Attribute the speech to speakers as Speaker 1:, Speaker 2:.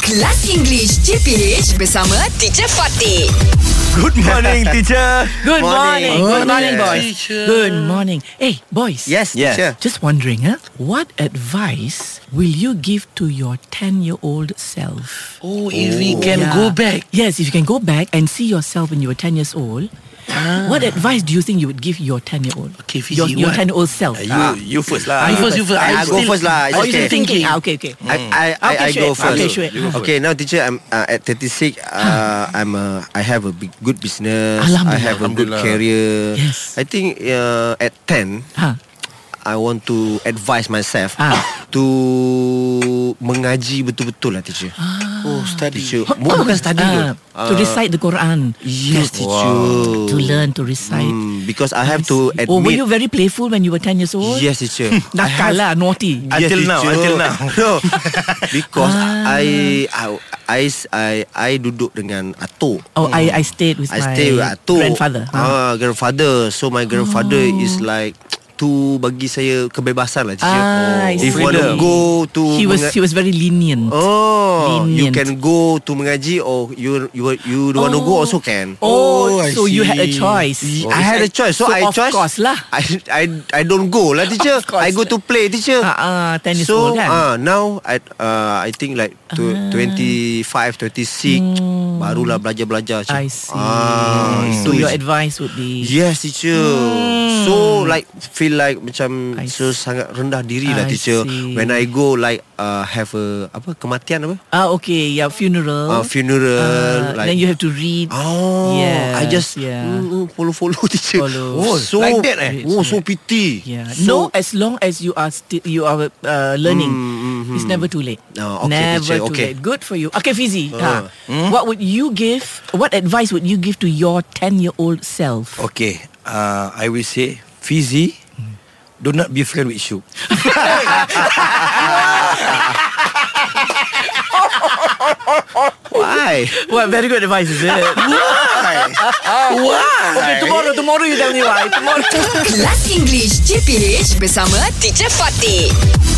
Speaker 1: Kelas English CPH bersama Teacher Fatih.
Speaker 2: Good morning, teacher.
Speaker 3: Good
Speaker 2: Morning.
Speaker 3: morning. Good morning,
Speaker 2: Morning,
Speaker 3: boys.
Speaker 4: teacher.
Speaker 3: Good morning. Hey, boys.
Speaker 4: Yes,
Speaker 2: Yes.
Speaker 4: teacher.
Speaker 3: Just wondering, huh? What advice will you give to your 10-year-old self?
Speaker 4: Oh, if we can
Speaker 3: Yeah.
Speaker 4: go back.
Speaker 3: Yes, if you can go back and see yourself when you were 10 years old, what advice do you think you would give your 10-year-old?
Speaker 4: Okay, Fizi,
Speaker 3: your, your
Speaker 4: what?
Speaker 3: 10-year-old self.
Speaker 2: You,
Speaker 5: Ah.
Speaker 2: you first
Speaker 4: I
Speaker 2: lah.
Speaker 4: first, you first.
Speaker 2: I
Speaker 4: I
Speaker 2: go
Speaker 4: still-
Speaker 2: first lah.
Speaker 4: I
Speaker 2: It's
Speaker 3: oh, you're
Speaker 4: okay.
Speaker 3: still thinking.
Speaker 4: Thinking.
Speaker 3: Ah, okay, okay.
Speaker 5: I I, I,
Speaker 3: Okay,
Speaker 5: I
Speaker 3: Shuib.
Speaker 5: go first.
Speaker 3: Okay, Shuib. You go
Speaker 5: Okay, now teacher, I'm uh, at 36. Uh, I'm a, I have a big, good business. I
Speaker 3: Alhamdulillah.
Speaker 5: have a good
Speaker 2: Alhamdulillah.
Speaker 5: career.
Speaker 3: Yes.
Speaker 5: I think uh, at 10,
Speaker 3: Huh.
Speaker 5: I want to advise myself
Speaker 3: Ah.
Speaker 5: to mengaji betul-betul lah teacher.
Speaker 4: Oh, study.
Speaker 5: Teacher, bu- bukan study tu.
Speaker 3: Ah, to recite the Quran.
Speaker 5: Uh, Yes,
Speaker 3: To,
Speaker 5: teacher.
Speaker 3: to learn, to recite.
Speaker 5: Hmm, because I have to
Speaker 3: I see. Oh, were you
Speaker 5: admit.
Speaker 3: very playful when you were 10 years old?
Speaker 5: Yes, teacher. I
Speaker 3: Nakal
Speaker 5: have
Speaker 3: lah, naughty.
Speaker 2: Until now,
Speaker 5: teacher.
Speaker 2: until now.
Speaker 5: no, because I, I I I I duduk dengan atuk.
Speaker 3: Oh, I I stayed with
Speaker 5: I
Speaker 3: my
Speaker 5: stay with atuk
Speaker 3: grandfather. Ah,
Speaker 5: Ah, grandfather. So my grandfather oh. is like tu bagi saya kebebasan lah teacher.
Speaker 3: Ah, I
Speaker 5: If
Speaker 3: see.
Speaker 5: you want
Speaker 2: Freedom.
Speaker 5: to go to
Speaker 3: he was
Speaker 5: menga-
Speaker 3: he was very lenient.
Speaker 5: Oh,
Speaker 3: lenient.
Speaker 5: you can go to mengaji or you you you don't want to go also can.
Speaker 3: Oh,
Speaker 4: Oh, I
Speaker 3: so you had a
Speaker 4: see. Oh.
Speaker 3: choice.
Speaker 5: I had a choice,
Speaker 3: so
Speaker 5: so, I
Speaker 3: of
Speaker 5: choice.
Speaker 3: course lah.
Speaker 5: I I I don't go lah, teacher.
Speaker 3: Of course
Speaker 5: I go
Speaker 3: lah.
Speaker 5: to play, teacher.
Speaker 3: Ah, ah, 10 years old
Speaker 5: so
Speaker 3: kan? Ah.
Speaker 5: ah, now I uh, I think like to, 25, 26 barulah belajar belajar.
Speaker 3: Hmm. I see.
Speaker 5: Ah,
Speaker 3: so
Speaker 5: itu
Speaker 3: your
Speaker 5: is-
Speaker 3: advice would be
Speaker 5: Yes teacher So like Feel like macam
Speaker 3: I
Speaker 5: So sangat rendah diri lah
Speaker 3: I
Speaker 5: teacher
Speaker 3: see.
Speaker 5: When I go like uh, Have a Apa Kematian apa
Speaker 3: Ah okay, yeah, funeral.
Speaker 5: uh, Funeral
Speaker 3: Ah, then you have to read.
Speaker 5: Oh
Speaker 3: Yes,
Speaker 5: I just
Speaker 3: yeah.
Speaker 5: mm, mm, Follow follow teacher
Speaker 3: Follow.
Speaker 5: Oh so
Speaker 2: Like that, eh?
Speaker 5: Oh so pity
Speaker 3: Yeah. no,
Speaker 5: so,
Speaker 3: as long as you are still you are uh, learning, it's never too late.
Speaker 5: Oh, mm-hmm. okay,
Speaker 3: never
Speaker 5: teacher,
Speaker 3: too
Speaker 5: okay. Ah. Hmm?
Speaker 3: late. Good for you. Okay, Fizi. ha. What would you give? What advice would you give to your ten-year-old self?
Speaker 2: Okay, uh, I will say, Fizi, do not be friend with Syuk.
Speaker 5: Why
Speaker 3: Well, very good advice, is it?
Speaker 2: Why?
Speaker 3: tomorrow, tomorrow you tell me why. Tomorrow.
Speaker 1: Kelas English CPH bersama Teacher Fatih.